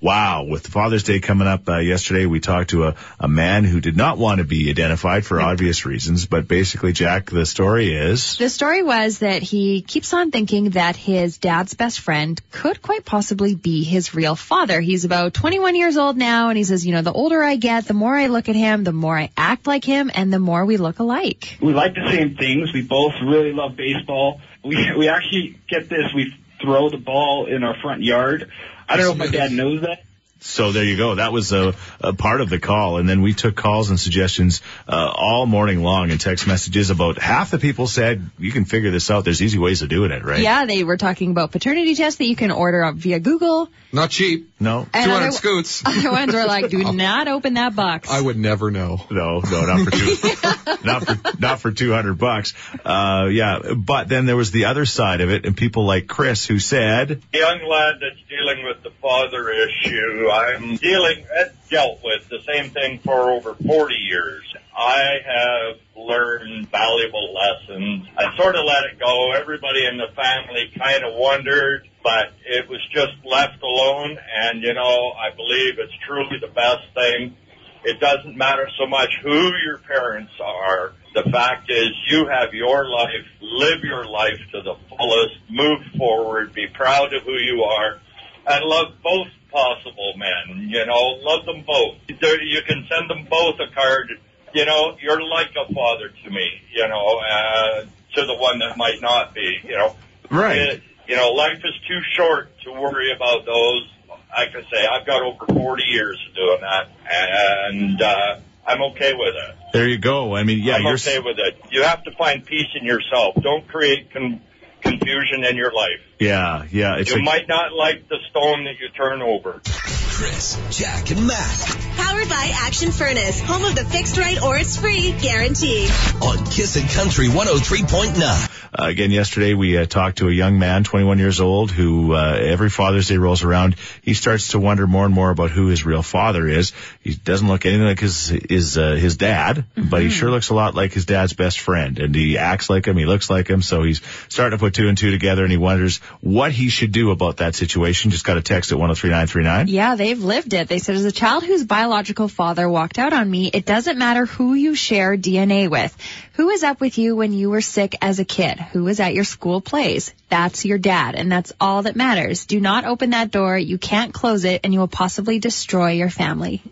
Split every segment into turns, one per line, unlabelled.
Wow. With Father's Day coming up uh, yesterday, we talked to a, a man who did not want to be identified for obvious reasons, but basically, Jack, the story is.
The story was that he keeps on thinking that his dad's best friend could quite possibly be his real father. He's about 21 years old now, and he says, you know, the older I get, the more I look at him, the more I act like him, and the more we look alike.
we like the same things. We both really love baseball. We we actually get this. We throw the ball in our front yard. I don't know if my dad knows that.
So there you go. That was a, a part of the call. And then we took calls and suggestions uh, all morning long and text messages about half the people said, you can figure this out. There's easy ways of doing it, right?
Yeah, they were talking about paternity tests that you can order up via Google.
Not cheap.
No,
And
200
other,
scoots.
other ones were like, do not open that box.
I would never know.
No, no, not for two, not for not for two hundred bucks. Uh, yeah, but then there was the other side of it, and people like Chris who said,
young lad that's dealing with the father issue, I'm dealing, I've dealt with the same thing for over 40 years. I have learned valuable lessons. I sort of let it go. Everybody in the family kind of wondered, but it was just left alone. And you know, I believe it's truly the best thing. It doesn't matter so much who your parents are. The fact is, you have your life, live your life to the fullest, move forward, be proud of who you are, and love both possible men. You know, love them both. There- You can send them both a card. You know, you're like a father to me, you know, uh, to the one that might not be, you know.
"Right,
It- you know, life is too short to worry about those. Like I say, I've got over 40 years of doing that, and uh, I'm okay with it.
there you go." I mean, yeah,
I'm
you're
okay with it. You have to find peace in yourself. Don't create con- confusion in your life.
yeah, yeah. It's
you
like-
might not like the stone that you turn over.
Chris, Jack, and Matt
Powered by Action Furnace, home of the fixed right or it's free guarantee.
on Kissin' Country 103.9.
Uh, again, yesterday we uh, talked to a young man, 21 years old, who uh, every Father's Day rolls around, he starts to wonder more and more about who his real father is. He doesn't look anything like his his uh, his dad, but
Mm-hmm.
he sure looks a lot like his dad's best friend, and he acts like him, he looks like him. So he's starting to put two and two together, and he wonders what he should do about that situation. Just got a text at 103939.
Yeah, they've lived it. They said, as a child whose biological father walked out on me, it doesn't matter who you share DNA with. Who was up with you when you were sick as a kid? Who was at your school plays? That's your dad, and that's all that matters. Do not open that door. You can't close it, and you will possibly destroy your family.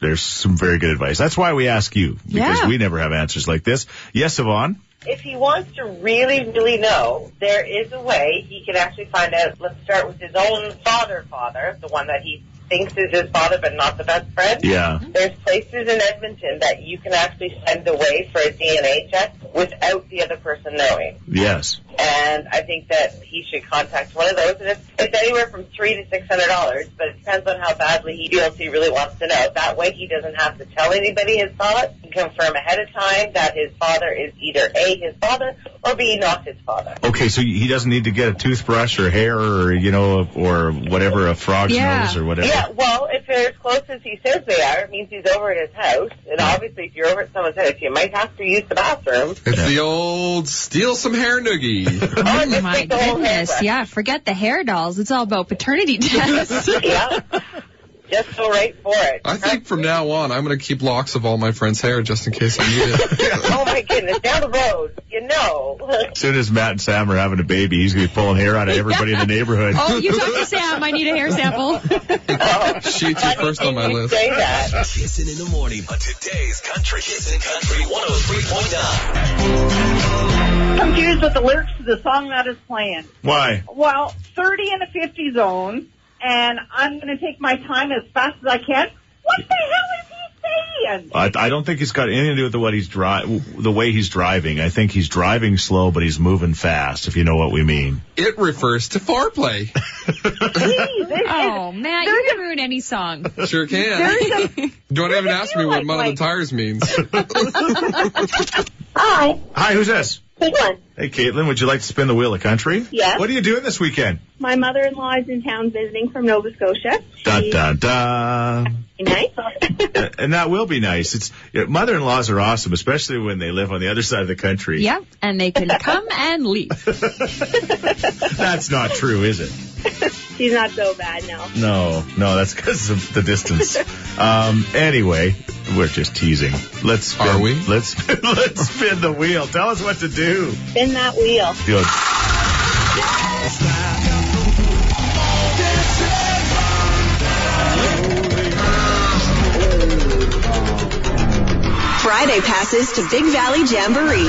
There's some very good advice. That's why we ask you because
Yeah.
we never have answers like this. Yes, Yvonne.
if he wants to really, really know, there is a way he can actually find out. Let's start with his own father, father, the one that he thinks is his father but not the best friend.
Yeah.
There's places in Edmonton that you can actually send away for a DNA test without the other person knowing.
Yes.
And I think that he should contact one of those. And it's, it's anywhere from three to six hundred dollars, but it depends on how badly he feels he really wants to know. That way, he doesn't have to tell anybody his thoughts. He can confirm ahead of time that his father is either a his father or b not his father.
Okay, so he doesn't need to get a toothbrush or hair or you know or whatever a frog's
Yeah.
nose or whatever.
Yeah, well, if they're as close as he says they are, it means he's over at his house. And obviously, if you're over at someone's house, you might have to use the bathroom.
It's the old steal some hair noogie.
Or
Oh
just
my
take the whole
goodness.
hairbrush.
Yeah, forget the hair dolls. It's all about paternity tests.
yeah. Just go right for it.
I think from now on, I'm going to keep locks of all my friends' hair just in case I need it.
Oh my goodness, down the road, you know.
As soon as Matt and Sam are having a baby, he's gonna be pulling hair out of everybody in the neighborhood.
oh, you talk to Sam. I need a hair sample.
Sheets are first on my
You
list.
Say that.
Kissin' in the morning on today's country. Kissin' Country 103.9.
confused with the lyrics to the song that is playing.
Why?
Well, 30 in a 50 zone, and I'm going to take my time as fast as I can. What the hell is he saying?
I, I don't think it's got anything to do with the what he's dri- the way he's driving. I think he's driving slow, but he's moving fast. If you know what we mean.
It refers to foreplay.
Jeez, this
Oh, Matt, you can ruin any song.
Sure can.
is, there's a,
Don't even ask me
like-
what mud on the
like-
tires means.
I,
Hi, who's this?
Caitlin.
Hey, Caitlin, would you like to spin the wheel of country?
Yeah.
What are you doing this weekend?
My mother-in-law is in town visiting from Nova Scotia.
Da da da.
Nice.
and that will be nice. It's you know, mother-in-laws are awesome, especially when they live on the other side of the country.
Yeah, and they can come and leave.
That's not true, is it?
She's not so bad now.
No, no, that's because of the distance. um, anyway, we're just teasing. Let's spin,
Are we?
Let's let's spin the wheel. Tell us what to do.
Spin that wheel.
Good.
Friday passes to Big Valley Jamboree.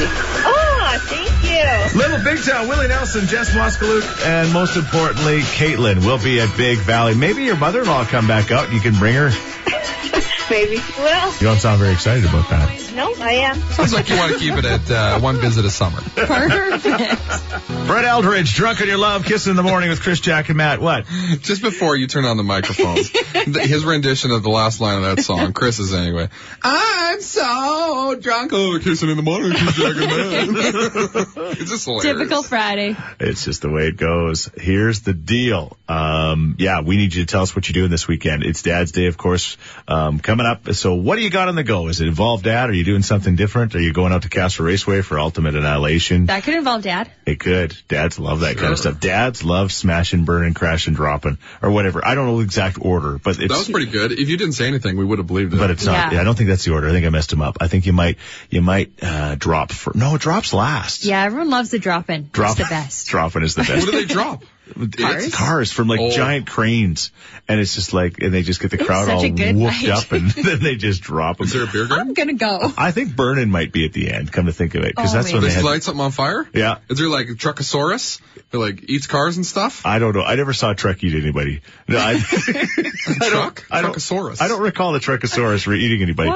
Oh, thank you.
Little Big Town, Willie Nelson, Jess Moskaluk, and most importantly, Caitlin will be at Big Valley. Maybe your mother-in-law will come back out and you can bring her. You
Maybe she will.
don't sound very excited about that.
No, I am.
Sounds like you want to keep it at uh, one visit a summer.
Perfect.
Brett Eldridge, Drunk on Your Love, Kissing in the Morning with Chris, Jack, and Matt. What?
Just before you turn on the microphones, th- his rendition of the last line of that song, Chris's anyway. I'm so drunk. Oh, kissing in the morning. She's like a man. it's just hilarious.
Typical Friday.
It's just the way it goes. Here's the deal. Um, yeah, we need you to tell us what you're doing this weekend. It's Dad's Day, of course, um, coming up. So what do you got on the go? Is it involved Dad? Are you doing something different? Are you going out to Castle Raceway for Ultimate Annihilation?
That could involve dad.
It could. Dads love that kind of stuff. Dads love smashing, burning, crashing, dropping, or whatever. I don't know the exact order, but it's.
That was pretty good. If you didn't say anything, we would have believed it.
but it's not.
Yeah.
Yeah, I don't think that's the order. I think I messed him up. I think you might, you might uh, drop for. No, it drops last.
Yeah, everyone loves the drop in.
drop
It's the best.
dropping is the
what
best.
do they drop?
It's cars from like
Oh.
giant cranes, and it's just like, and they just get the
was
crowd
such
all
a good
whooped
night.
up, and then they just drop them.
Is there a beer garden?
I'm gonna go.
I think burning might be at the end. Come to think of it, because
Oh,
that's when
maybe.
they
They
had.
light something on fire?
yeah,
Is there like a Truckosaurus that like eats cars and stuff?
I don't know. I never saw a truck eat anybody. No, I.
Truck?
I don't-
Truckosaurus.
I don't recall the Trichosaurus re- eating anybody,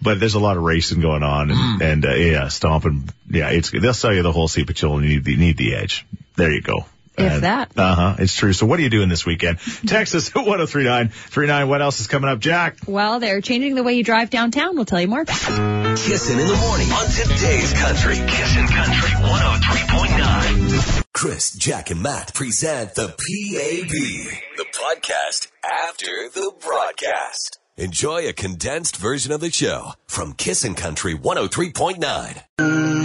but there's a lot of racing going on and,
Mm.
and uh, yeah, stomping. Yeah, it's they'll sell you the whole seat, but you'll only need the need the edge. There you go.
If that.
Uh huh. It's true. So what are you doing this weekend? Texas oh at 1039. 39. What else is coming up, Jack?
Well, they're changing the way you drive downtown. We'll tell you more.
Kissin' in the morning on today's country. Kissin' Country 103.9. Chris, Jack, and Matt present the PAB, the podcast after the broadcast. Enjoy a condensed version of the show from Kissin' Country 103.9.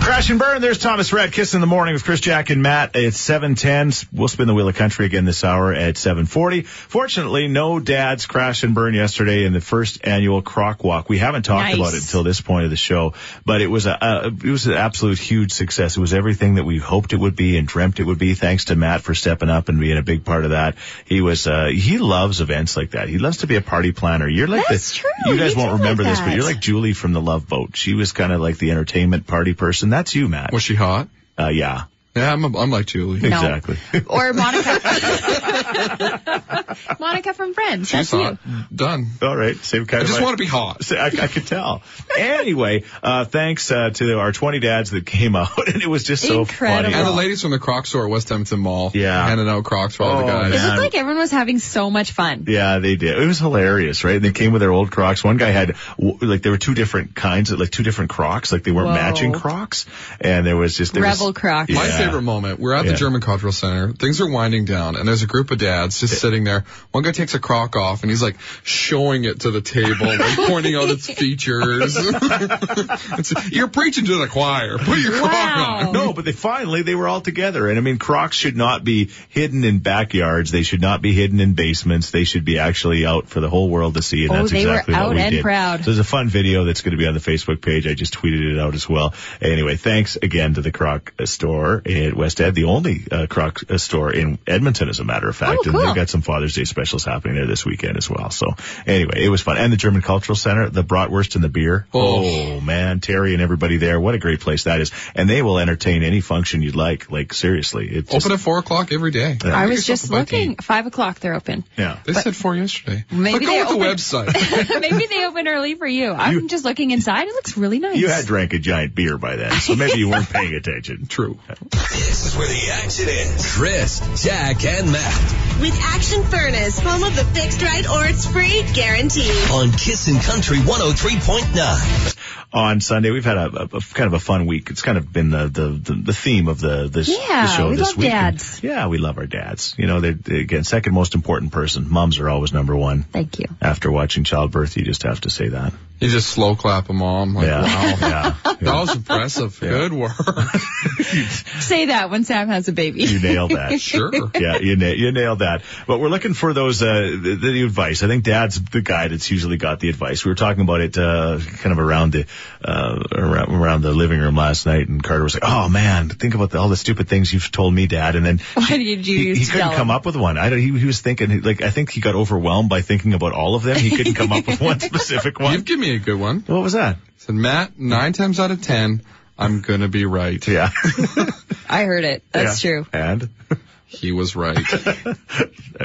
Crash and burn. There's Thomas Red. Kiss in the morning with Chris, Jack, and Matt. It's 710. We'll spin the wheel of country again this hour at 740. Fortunately, no dads crash and burn yesterday in the first annual croc walk. We haven't talked
Nice.
about it until this point of the show, but it was a, a, it was an absolute huge success. It was everything that we hoped it would be and dreamt it would be. Thanks to Matt for stepping up and being a big part of that. He was, uh, he loves events like that. He loves to be a party planner. You're like
That's
the,
true.
you guys
You do
won't
like
remember this, but
that.
you're like Julie from the Love Boat. She was kind of like the entertainment party person. That's you, Matt.
Was she hot?
Uh, yeah,
Yeah, I'm, I'm like Julie.
No.
exactly.
Or Monica. Monica from Friends.
She's
That's you.
hot. Done.
All right, same kind
Oh. I
of.
just want to be hot.
I, I could tell. Anyway, uh, thanks uh, to our 20 dads that came out, and it was just so
Incredible.
And the
funny.
ladies from the Croc store at West Edmonton Mall.
Yeah.
Handing out Crocs for all
Oh,
the guys.
It
man.
looked like everyone was having so much fun.
Yeah, they did. It was hilarious, right? They came with their old Crocs. One guy had w- like there were two different kinds, like two different Crocs, like they weren't
Whoa.
matching Crocs, and there was just there was-
Rebel Crocs.
My
Yeah.
favorite moment, we're at
Yeah.
the German Cultural Center, things are winding down, and there's a group of dads just sitting there. One guy takes a crock off, and he's like showing it to the table, like pointing out its features. It's- You're preaching to the choir. Put your crock
Wow.
on.
No, but they finally they were all together. And I mean, Crocs should not be hidden in backyards. They should not be hidden in basements. They should be actually out for the whole world to see. And
Oh,
that's
they were
exactly what
out
we
and
did.
proud.
So there's a fun video that's going to be on the Facebook page. I just tweeted it out as well. Anyway, thanks again to the Croc uh, store at West Ed, the only uh, Croc uh, store in Edmonton, as a matter of fact.
Oh,
And
cool.
they've got some Father's Day specials happening there this weekend as well. So anyway, it was fun. And the German Cultural Center, the bratwurst and the beer.
Oh.
Oh man, Terry and everybody there. What a great place that is. And they will entertain any function you'd like. Like seriously, it just, uh,
Open at 4 o'clock every day.
I was
Get yourself a
just
bite to
looking.
eat.
Five o'clock, they're open.
yeah.
They said 4 yesterday.
Maybe
but go
they
with the
opened-
website.
Maybe they open early for you. I'm
You-
just looking inside. It looks really nice.
You had drank a giant beer by then, so maybe you weren't paying attention.
True.
This is where the action is. Chris, Jack, and Matt
With Action Furnace, home of the fixed right or it's free guarantee.
oh on Kissin' Country 103.9.
on Sunday. We've had a, a- a- kind of a fun week. It's kind of been the the, the, the theme of the this, the
Yeah,
show
we
this
love
week. And,
dads.
yeah, we love our dads. You know, they're, they're, again second most important person. Moms are always number one.
Thank you.
After watching childbirth, you just have to say that.
You just slow clap a mom. Like,
Yeah.
wow.
Yeah.
That was impressive. Good work.
Say that when Sam has a baby.
You nailed that.
Sure.
yeah, you, na- you nailed that. But we're looking for those uh, the, the advice. I think Dad's the guy that's usually got the advice. We were talking about it uh, kind of around the uh, around, around the living room last night, and Carter was like, "Oh man, think about the, all the stupid things you've told me, Dad." And then
Why did you
he,
use
he
to
couldn't
tell
come
him?
up with one. I don't, he, he was thinking like I think he got overwhelmed by thinking about all of them. He couldn't come up with one specific
You've
one.
given me a good one.
What was that?
said, Matt, nine times out of ten, I'm gonna be right.
Yeah,
I heard it. That's
Yeah.
true.
And
He was right.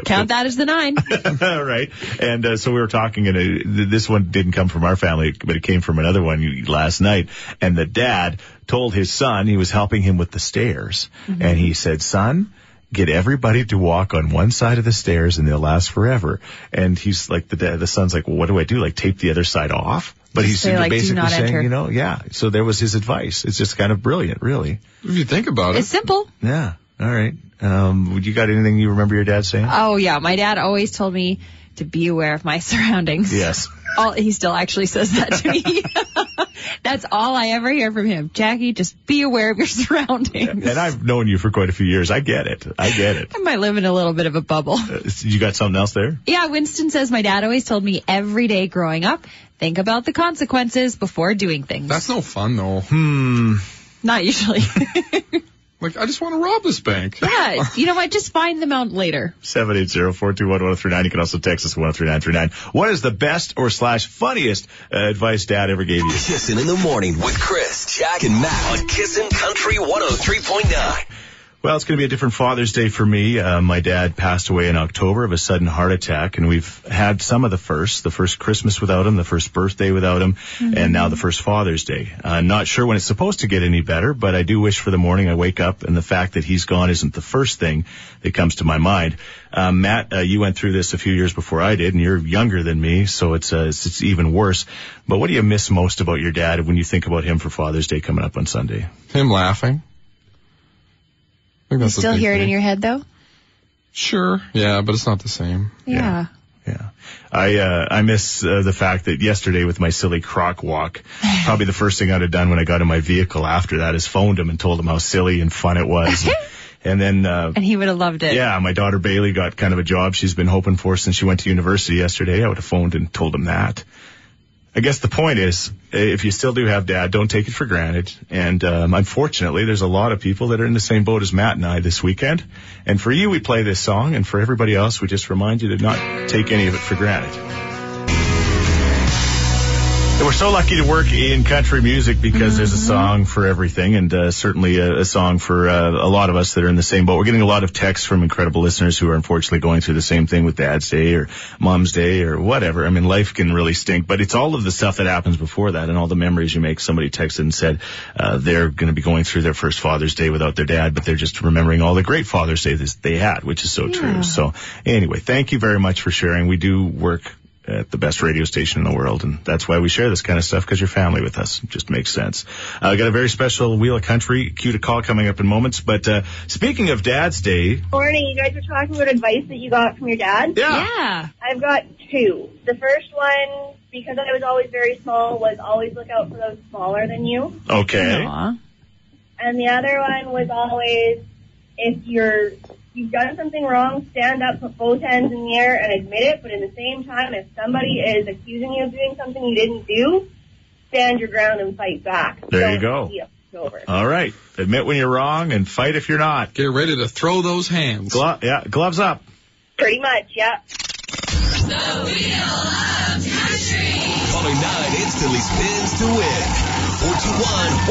Count that as the nine.
All right. And uh, so we were talking, and uh, th- this one didn't come from our family, but it came from another one you- last night. And the dad told his son he was helping him with the stairs,
Mm-hmm.
and he said, "Son." Get everybody to walk on one side of the stairs and they'll last forever. And he's like, the dad, the son's like, well, what do I do? Like tape the other side off? But he's
Just say, like, do
basically
not
saying,
enter.
you know, yeah. So there was his advice. It's just kind of brilliant, really.
if you think about
It's
it.
simple.
Yeah. All right. Um, would you got anything you remember your dad saying?
Oh yeah, my dad always told me to be aware of my surroundings.
yes.
All he still actually says that to me. That's all I ever hear from him. Jackie, just be aware of your surroundings.
And I've known you for quite a few years. I get it. I get it.
I might live in a little bit of a bubble.
You got something else there?
Yeah, Winston says my dad always told me every day growing up, think about the consequences before doing things.
That's no fun though. Hmm.
Not usually.
Like I just want to rob this bank.
yeah, you know what? Just find them out later.
780-421-1039. You can also text us 103939. What is the best or slash funniest uh, advice dad ever gave you?
Kissin' in the morning with Chris, Jack, and Matt on Kissin' Country 103.9.
Well, it's going to be a different Father's Day for me. Uh, my dad passed away in October of a sudden heart attack, and we've had some of the first, the first Christmas without him, the first birthday without him, and now the first Father's Day. Uh, not sure when it's supposed to get any better, but I do wish for the morning I wake up and the fact that he's gone isn't the first thing that comes to my mind. Uh, Matt, uh, you went through this a few years before I did, and you're younger than me, so it's, uh, it's it's even worse. But what do you miss most about your dad when you think about him for Father's Day coming up on Sunday?
Him laughing. I think
You
that's the
still
big
hear it in
thing.
your head though?
Sure. Yeah, but it's not the same.
Yeah.
Yeah. I, uh, I miss uh, the fact that yesterday with my silly croc walk, probably the first thing I'd have done when I got in my vehicle after that is phoned him and told him how silly and fun it was. and then, uh,
And he would have loved it.
yeah, my daughter Bailey got kind of a job she's been hoping for since she went to university yesterday. I would have phoned and told him that. I guess the point is, if you still do have dad, don't take it for granted. And um, unfortunately, there's a lot of people that are in the same boat as Matt and I this weekend. And for you, we play this song, and for everybody else, we just remind you to not take any of it for granted. And We're so lucky to work in country music because there's a song for everything, and uh, certainly a, a song for uh, a lot of us that are in the same boat. We're getting a lot of texts from incredible listeners who are unfortunately going through the same thing with Dad's Day or Mom's Day or whatever. I mean, life can really stink, but it's all of the stuff that happens before that and all the memories you make. Somebody texted and said uh, they're going to be going through their first Father's Day without their dad, but they're just remembering all the great Father's Day that they had, which is so true. So anyway, thank you very much for sharing. We do work at the best radio station in the world, and that's why we share this kind of stuff because you're family with us. It just makes sense. I uh, got a very special Wheel of Country cue to call coming up in moments. But uh, speaking of Dad's Day,
Morning. You guys were talking about advice that you got from your dad.
Yeah.
I've got two. The first one, because I was always very small, was always look out for those smaller than you.
okay,
Aw.
And the other one was always, if you're you've done something wrong, stand up, put both hands in the air, and admit it. But at the same time, if somebody is accusing you of doing something you didn't do, stand your ground and fight back.
There
Don't
you go.
be a pushover.
all right, admit when you're wrong and fight if you're not.
Get ready to throw those hands.
Glo- yeah, gloves up.
Pretty much, yeah.
Caller 9 instantly spins to win. 421-1039.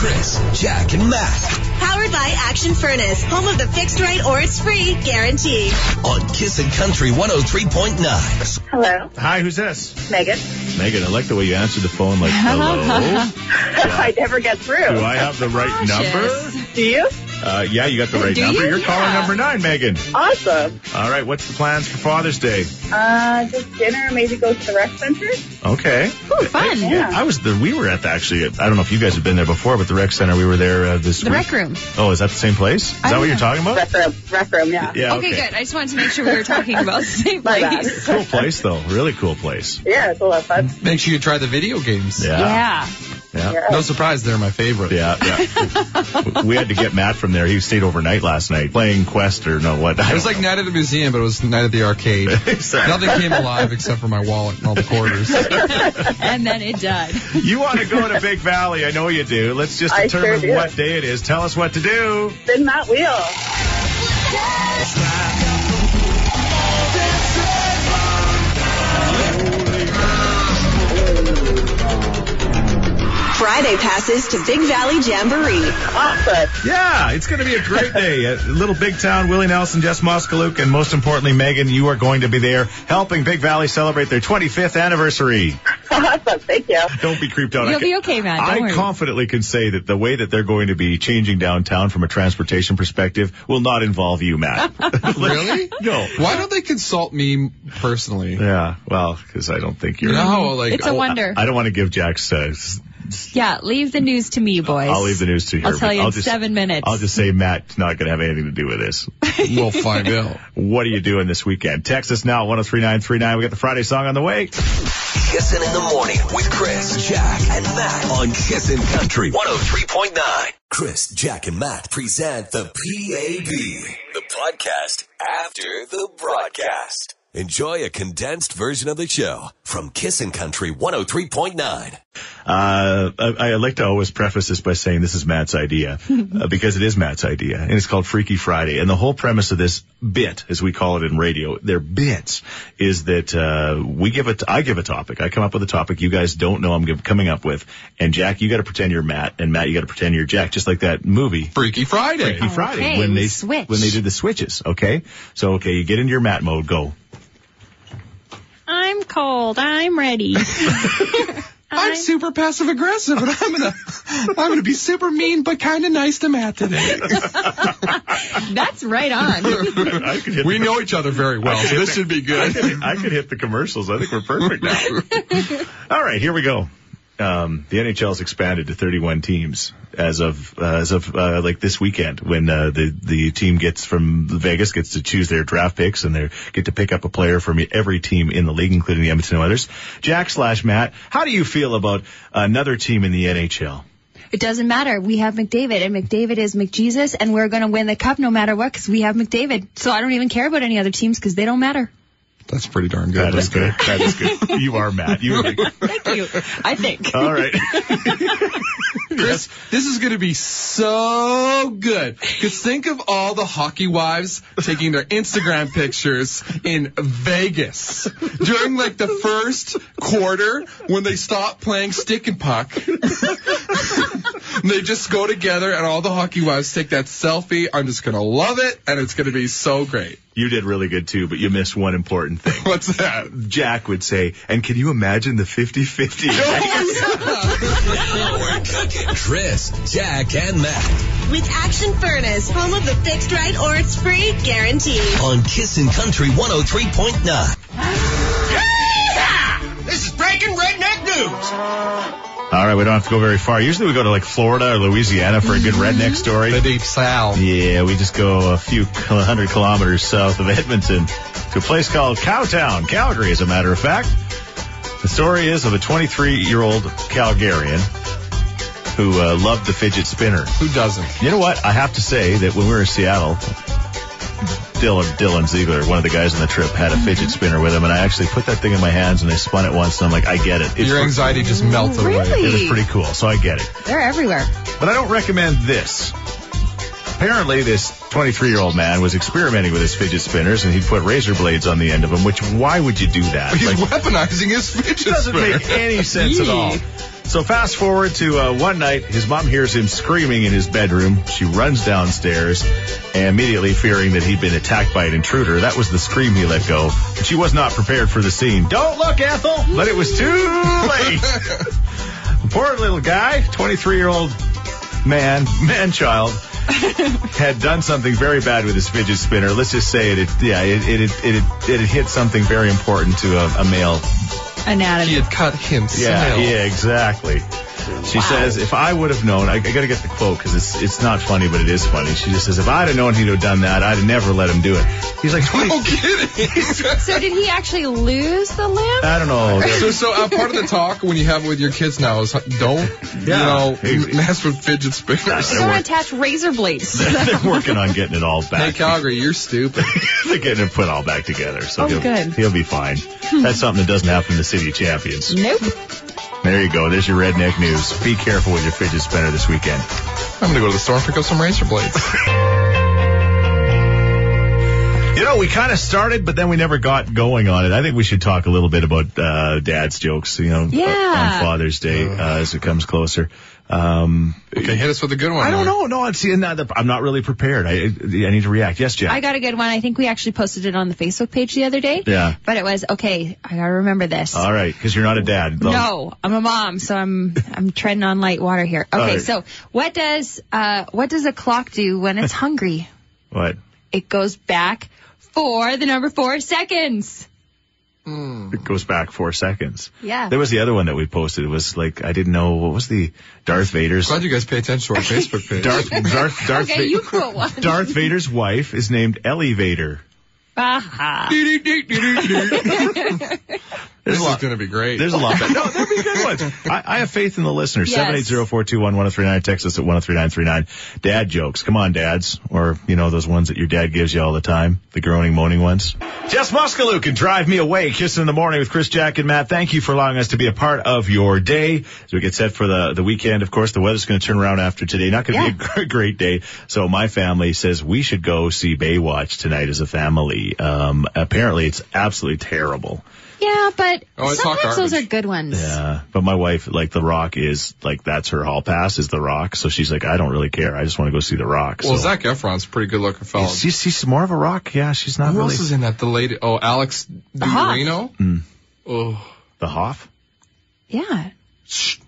Chris, Jack, and Matt
Powered by Action Furnace, home of the fixed right or it's free guarantee.
on Kissin' Country 103.9.
Hello,
Hi, who's this?
Megan.
Megan, I like the way you answered the phone. Like, hello.
I never get through.
Do I have the right number?
Cautious.
Do you?
Uh, yeah, you got the right
Do
number.
you?
You're calling
Yeah.
number nine, Megan.
Awesome.
All right, what's the plans for Father's Day?
Uh, just dinner, maybe go to the rec center.
Okay.
Oh, fun.
Yeah, I was there. We were at the, actually. I don't know if you guys have been there before, but the rec center. We were there uh, this
The
week.
rec room.
Oh, is that the same place? Is that what you're talking about?
Rec room, rec room, yeah.
Yeah,
okay,
okay.
good. I just wanted to make sure we were talking about the same place.
Cool place though. Really cool place.
Yeah, it's a lot of fun.
Make sure you try the video games.
Yeah.
Yeah.
No surprise, they're my favorite.
Yeah, yeah. we had to get Matt from there. He stayed overnight last night playing Quest or no what. I
It was
don't
like night at the museum, but it was night at the arcade.
Sorry.
Nothing came alive except for my wallet and all the quarters.
and then it died.
know. you want to go to Big Valley? I know you do. Let's just
I sure
determine
do.
what day it is. Tell us what to do.
Spin that wheel.
Friday passes to Big Valley Jamboree.
Awesome.
Yeah, it's going to be a great day. at Little Big Town, Willie Nelson, Jess Moskaluk, and most importantly, Megan, you are going to be there helping Big Valley celebrate their 25th anniversary.
Awesome. Thank you.
Don't be creeped out. I
You'll
ca-
be okay, Matt. Don't
I
worry.
confidently can say that the way that they're going to be changing downtown from a transportation perspective will not involve you, Matt.
really?
no.
Why don't they consult me personally?
Yeah, well, because I don't think
You
you're.
know how like
it's a
oh,
wonder.
I don't want to give Jack's. Uh, s-
yeah, leave the news to me, boys.
I'll leave the news to you.
I'll tell you in
just,
seven minutes.
I'll just say Matt's not going to have anything to do with this.
we'll find out.
What are you doing this weekend? Text us now, 103939. We got the Friday song on the way.
Kissin' in the morning with Chris, Jack, and Matt on Kissin' Country 103.9. Chris, Jack, and Matt present the PAB, the podcast after the broadcast. Enjoy a condensed version of the show from Kissin' Country 103.9.
Uh, I, I like to always preface this by saying this is Matt's idea uh, because it is Matt's idea and it's called Freaky Friday. And the whole premise of this bit, as we call it in radio, their bits is that, uh, we give it, I give a topic. I come up with a topic you guys don't know I'm give, coming up with. And Jack, you got to pretend you're Matt and Matt, you got to pretend you're Jack, just like that movie.
Freaky Friday.
Freaky Friday
Okay,
when
we
they
switch.
when they did the switches. Okay, so okay, you get into your Matt mode. Go.
I'm cold. I'm ready.
I'm super passive aggressive, and I'm gonna, I'm gonna be super mean but kind of nice to Matt today.
That's right on.
I could hit
We
the-
know each other very well, so this should be
I
good.
could, I could hit the commercials. I think we're perfect now. All right, here we go. Um, the NHL's expanded to 31 teams as of uh, as of uh, like this weekend when uh, the the team gets from Vegas gets to choose their draft picks and they get to pick up a player from every team in the league, including the Edmonton Oilers. Jack slash Matt, how do you feel about another team in the NHL?
It doesn't matter. We have McDavid, and McDavid is McJesus, and we're going to win the cup no matter what because we have McDavid. So I don't even care about any other teams because they don't matter.
That's pretty darn good.
That is good. That is good. You are Matt. You. Are,
Thank you. I think.
all right.
Chris, this is going to be so good. Because think of all the hockey wives taking their Instagram pictures in Vegas during like the first quarter when they stop playing stick and puck. And they just go together and all the hockey wives take that selfie. I'm just going to love it and it's going to be so great.
You did really good too, but you missed one important thing.
What's that?
Jack would say, and can you imagine the 50-50?
Chris, Jack, and Matt
With Action Furnace, home of the fixed right or it's free guarantee.
on Kissin' Country 103.9.
All right, we don't have to go very far. Usually we go to like Florida or Louisiana for a good redneck story.
deep south.
Yeah, we just go a few kil- hundred kilometers south of Edmonton to a place called Cowtown, Calgary, as a matter of fact. The story is of a 23-year-old Calgarian who uh, loved the fidget spinner.
Who doesn't?
You know what? I have to say that when we were in Seattle, Dylan, Dylan Ziegler, one of the guys on the trip, had a fidget spinner with him, and I actually put that thing in my hands and I spun it once, and I'm like, I get it. It's
Your anxiety just melted away.
Really?
it was pretty cool, so I get it.
They're everywhere.
But I don't recommend this. Apparently, this 23 year old man was experimenting with his fidget spinners, and he'd put razor blades on the end of them. Which why would you do that?
He's
Like,
weaponizing his fidget
doesn't
spinner.
make any sense at all. So fast forward to uh, one night, his mom hears him screaming in his bedroom. She runs downstairs, and immediately fearing that he'd been attacked by an intruder, that was the scream he let go. But she was not prepared for the scene. Don't look, Ethel! But it was too late. Poor little guy, 23 year old man, man child, had done something very bad with his fidget spinner. Let's just say it, it yeah, it, it, it, it, it had hit something very important to a, a male
Anatomy.
He had cut himself.
yeah, yeah, exactly. She says, if I would have known, I, I got to get the quote because it's it's not funny, but it is funny. She just says, if I'd have known he'd have done that, I'd have never let him do it. He's like,
No kidding.
So did he actually lose the limb?
I don't know.
so, so uh, part of the talk when you have it with your kids now is don't,
Yeah.
you know, mess with fidget spinners.
Just don't attach razor blades. to them.
They're working on getting it all
Hey,
back.
Calgary, you're stupid.
They're getting it put all back together. So
Oh,
he'll,
good.
he'll be fine. That's something that doesn't happen in the city champions.
nope.
There you go. There's your redneck news. Be careful with your fidget spinner this weekend.
I'm going to go to the store and pick up some razor blades.
You know, we kind of started, but then we never got going on it. I think we should talk a little bit about uh, dad's jokes, you know,
Yeah.
on Father's Day uh, as it comes closer. Um, uh,
Okay, hit us with a good one.
I don't
Mark.
know. No, it's, I'm not- I'm not really prepared. I, I need to react. Yes, Jeff.
I got a good one. I think we actually posted it on the Facebook page the other day.
Yeah.
But it was okay. I gotta remember this.
All right, because you're not a dad. Love-
No, I'm a mom, so I'm I'm treading on light water here.
All
Okay,
right.
so what does uh what does a clock do when it's hungry?
What?
It goes back for the number four seconds.
It goes back four seconds.
Yeah.
There was the other one that we posted. It was like, I didn't know, what was the Darth Vader's?
Glad you guys pay attention to our Facebook page.
Darth, Darth, Darth,
okay,
Va-
you quote one.
Darth Vader's wife is named Ellie Vader.
Aha.
this
There's a
is
lot.
going to be great.
There's a lot. Better. No, there'll be good ones. I, I have faith in the listeners.
Yes.
Seven eight zero four two one one zero three nine. Text us at one zero three nine three nine. Dad jokes. Come on, dads, or you know those ones that your dad gives you all the time, the groaning, moaning ones. Jess Muskaloo can drive me away. Kissing in the morning with Chris, Jack, and Matt. Thank you for allowing us to be a part of your day as we get set for the the weekend. Of course, the weather's going to turn around after today. Not going to be a gr- great day. So my family says we should go see Baywatch tonight as a family. Um, apparently, it's absolutely terrible.
Yeah, but
Oh, it's hot
sometimes those are
garbage.
good ones.
Yeah, but my wife, like The Rock, is like that's her hall pass is The Rock. So she's like, I don't really care. I just want to go see The Rock.
Well,
so,
Zach Efron's a pretty good looking fellow.
She's- she's, she's more of a rock. Yeah, she's not
Who
really
else is in that? The lady. Oh, Alex Uh-huh.
Hawk.
DiMarino? Oh.
the Hoff.
Yeah.
Shh.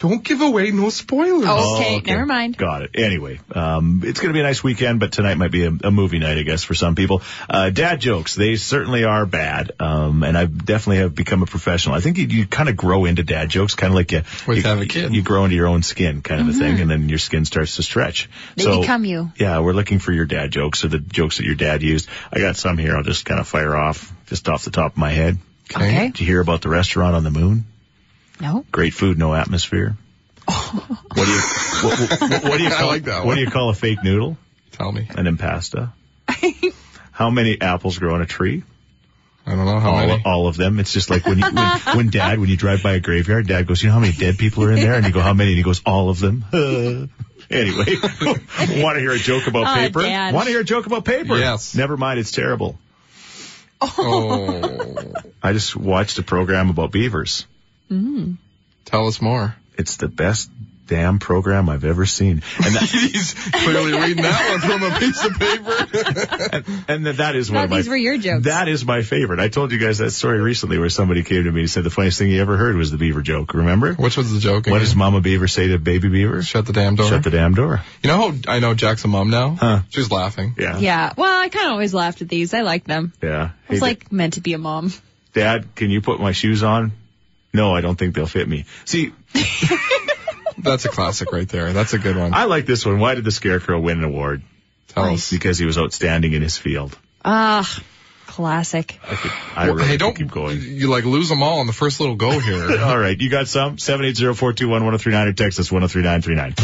Don't give away no spoilers.
Oh. Okay, never mind.
Got it. Anyway, um, it's going to be a nice weekend, but tonight might be a, a movie night, I guess, for some people. Uh, dad jokes, they certainly are bad. Um, and I definitely have become a professional. I think you, you kind of grow into dad jokes, kind of like you,
With
you
having a kid.
You grow into your own skin, kind of a thing, and then your skin starts to stretch.
Mm-hmm. They become you.
Yeah, we're looking for your dad jokes or the jokes that your dad used. I got some here. I'll just kind of fire off, just off the top of my head.
Okay.
Did you hear about the restaurant on the moon?
No.
Great food, no atmosphere. What do you what, what- what do you
I
call
like that
what
one.
do you call a fake noodle?
Tell me.
An impasta. How many apples grow on a tree?
I don't know how
All,
many.
all of them. It's just like when, you, when when dad when you drive by a graveyard, dad goes, you know how many dead people are in there, and you go, how many? And he goes, all of them. anyway, want to hear a joke about
Aw,
paper?
Dad.
Want to hear a joke about paper?
Yes.
Never mind, it's terrible.
Oh.
I just watched a program about beavers.
Tell us more.
It's the best damn program I've ever seen, and that,
He's clearly reading that one from a piece of paper.
And that, that is one
No,
of my.
these were your jokes.
That is my favorite. I told you guys that story recently where somebody came to me and said the funniest thing he ever heard was the beaver joke. Remember?
Which was the
What
joke? again?
does Mama Beaver say to Baby Beaver?
Shut the damn door.
Shut the damn door.
you know how I know Jack's a mom now?
Huh.
She's laughing.
Yeah.
Yeah. Well, I kind of always laughed at these. I like them.
Yeah.
I was
Hey,
like meant to be a mom.
Dad, can you put my shoes on? No, I don't think they'll fit me. See,
That's a classic right there. That's a good one.
I like this one. Why did the Scarecrow win an award? Oh,
Tell us.
Because he was outstanding in his field.
Ah, classic.
I, could, I
Well,
really
hey,
could
don't
keep going.
You like lose them all on the first little go here.
All right, you got some? 780-421-1039 or text us 103939.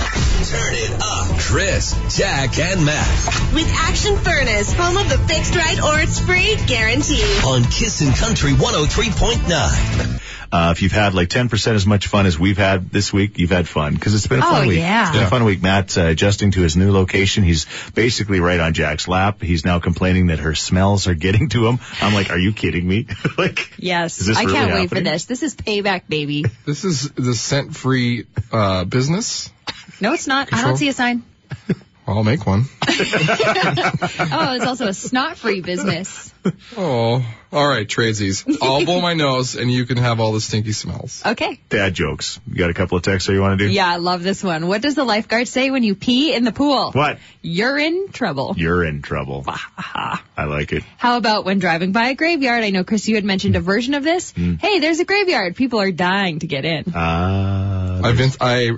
Turn it up. Chris, Jack, and Matt
With Action Furnace, home of the fixed right or it's free guarantee.
on Kissin' Country 103.9.
Uh, if you've had like 10% as much fun as we've had this week, you've had fun because it's been a
Oh,
fun week.
yeah.
It's been a
Yeah.
fun week. Matt's uh, adjusting to his new location. He's basically right on Jack's lap. He's now complaining that her smells are getting to him. I'm like, are you kidding me? like,
Yes.
Is this
I
really
can't wait for
happening?
this. This is payback, baby.
This is the scent free uh, business.
No, it's not. I
Control.
don't see a sign.
Well, I'll make one.
oh, it's also a snot-free business.
Oh, all right, tradesies. I'll blow my nose, and you can have all the stinky smells.
Uh,
Okay.
Dad jokes. You got a couple of texts that you want to do?
Yeah, I love this one. What does the lifeguard say when you pee in the pool?
What?
You're in trouble.
You're in trouble. I like it.
How about when driving by a graveyard? I know, Chris, you had mentioned a
Mm.
version of this. Hey, there's a graveyard. People are dying to get in.
Uh,
I, Vince, I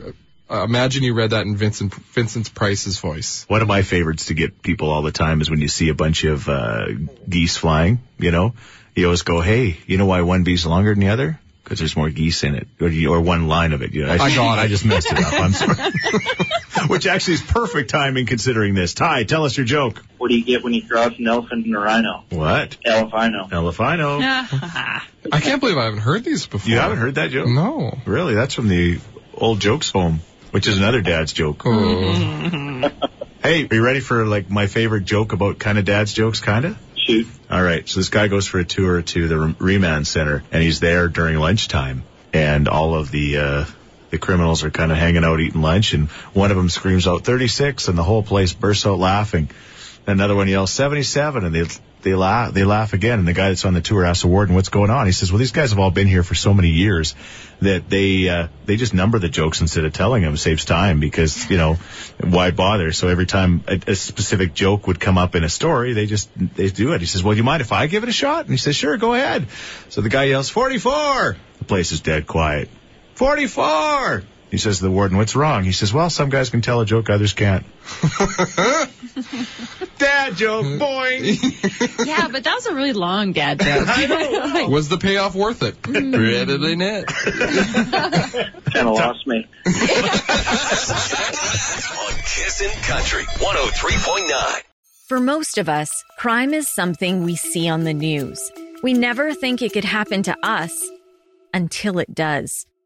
uh, imagine you read that in Vincent Vincent Price's voice.
One of my favorites to get people all the time is when you see a bunch of uh, geese flying, you know, you always go, hey, you know why one bee's longer than the other? Because there's more geese in it, or, you- or one line of it. You know, I,
I got it.
I just messed it up. I'm sorry. Which actually is perfect timing considering this. Ty, tell us your joke.
What do you get when you cross an elephant and a rhino?
What?
Elephino.
Elefino.
I can't believe I haven't heard these before.
You haven't heard that joke?
No.
Really? That's from the old jokes home, which is another dad's joke.
Oh.
Mm-hmm. hey, are you ready for like my favorite joke about kind of dad's jokes, kind of?
Shoot.
All right. So this guy goes for a tour to the rem- remand center, and he's there during lunchtime, and all of the uh, the criminals are kind of hanging out eating lunch, and one of them screams out 36, and the whole place bursts out laughing. Another one yells 77, and they they laugh they laugh again. And the guy that's on the tour asks the warden what's going on. He says, "Well, these guys have all been here for so many years that they uh, they just number the jokes instead of telling them. It saves time because you know why bother? So every time a, a specific joke would come up in a story, they just they do it. He says, "Well, do you mind if I give it a shot?" And he says, "Sure, go ahead." So the guy yells, "44!" The place is dead quiet. "44!" He says to the warden, "What's wrong?" He says, "Well, some guys can tell a joke, others can't." Dad joke, boing.
yeah, but that was a really long dad joke.
Was the payoff worth it? Probably not.
Kind of lost me.
Kissin' Country 103.9.
For most of us, crime is something we see on the news. We never think it could happen to us until it does.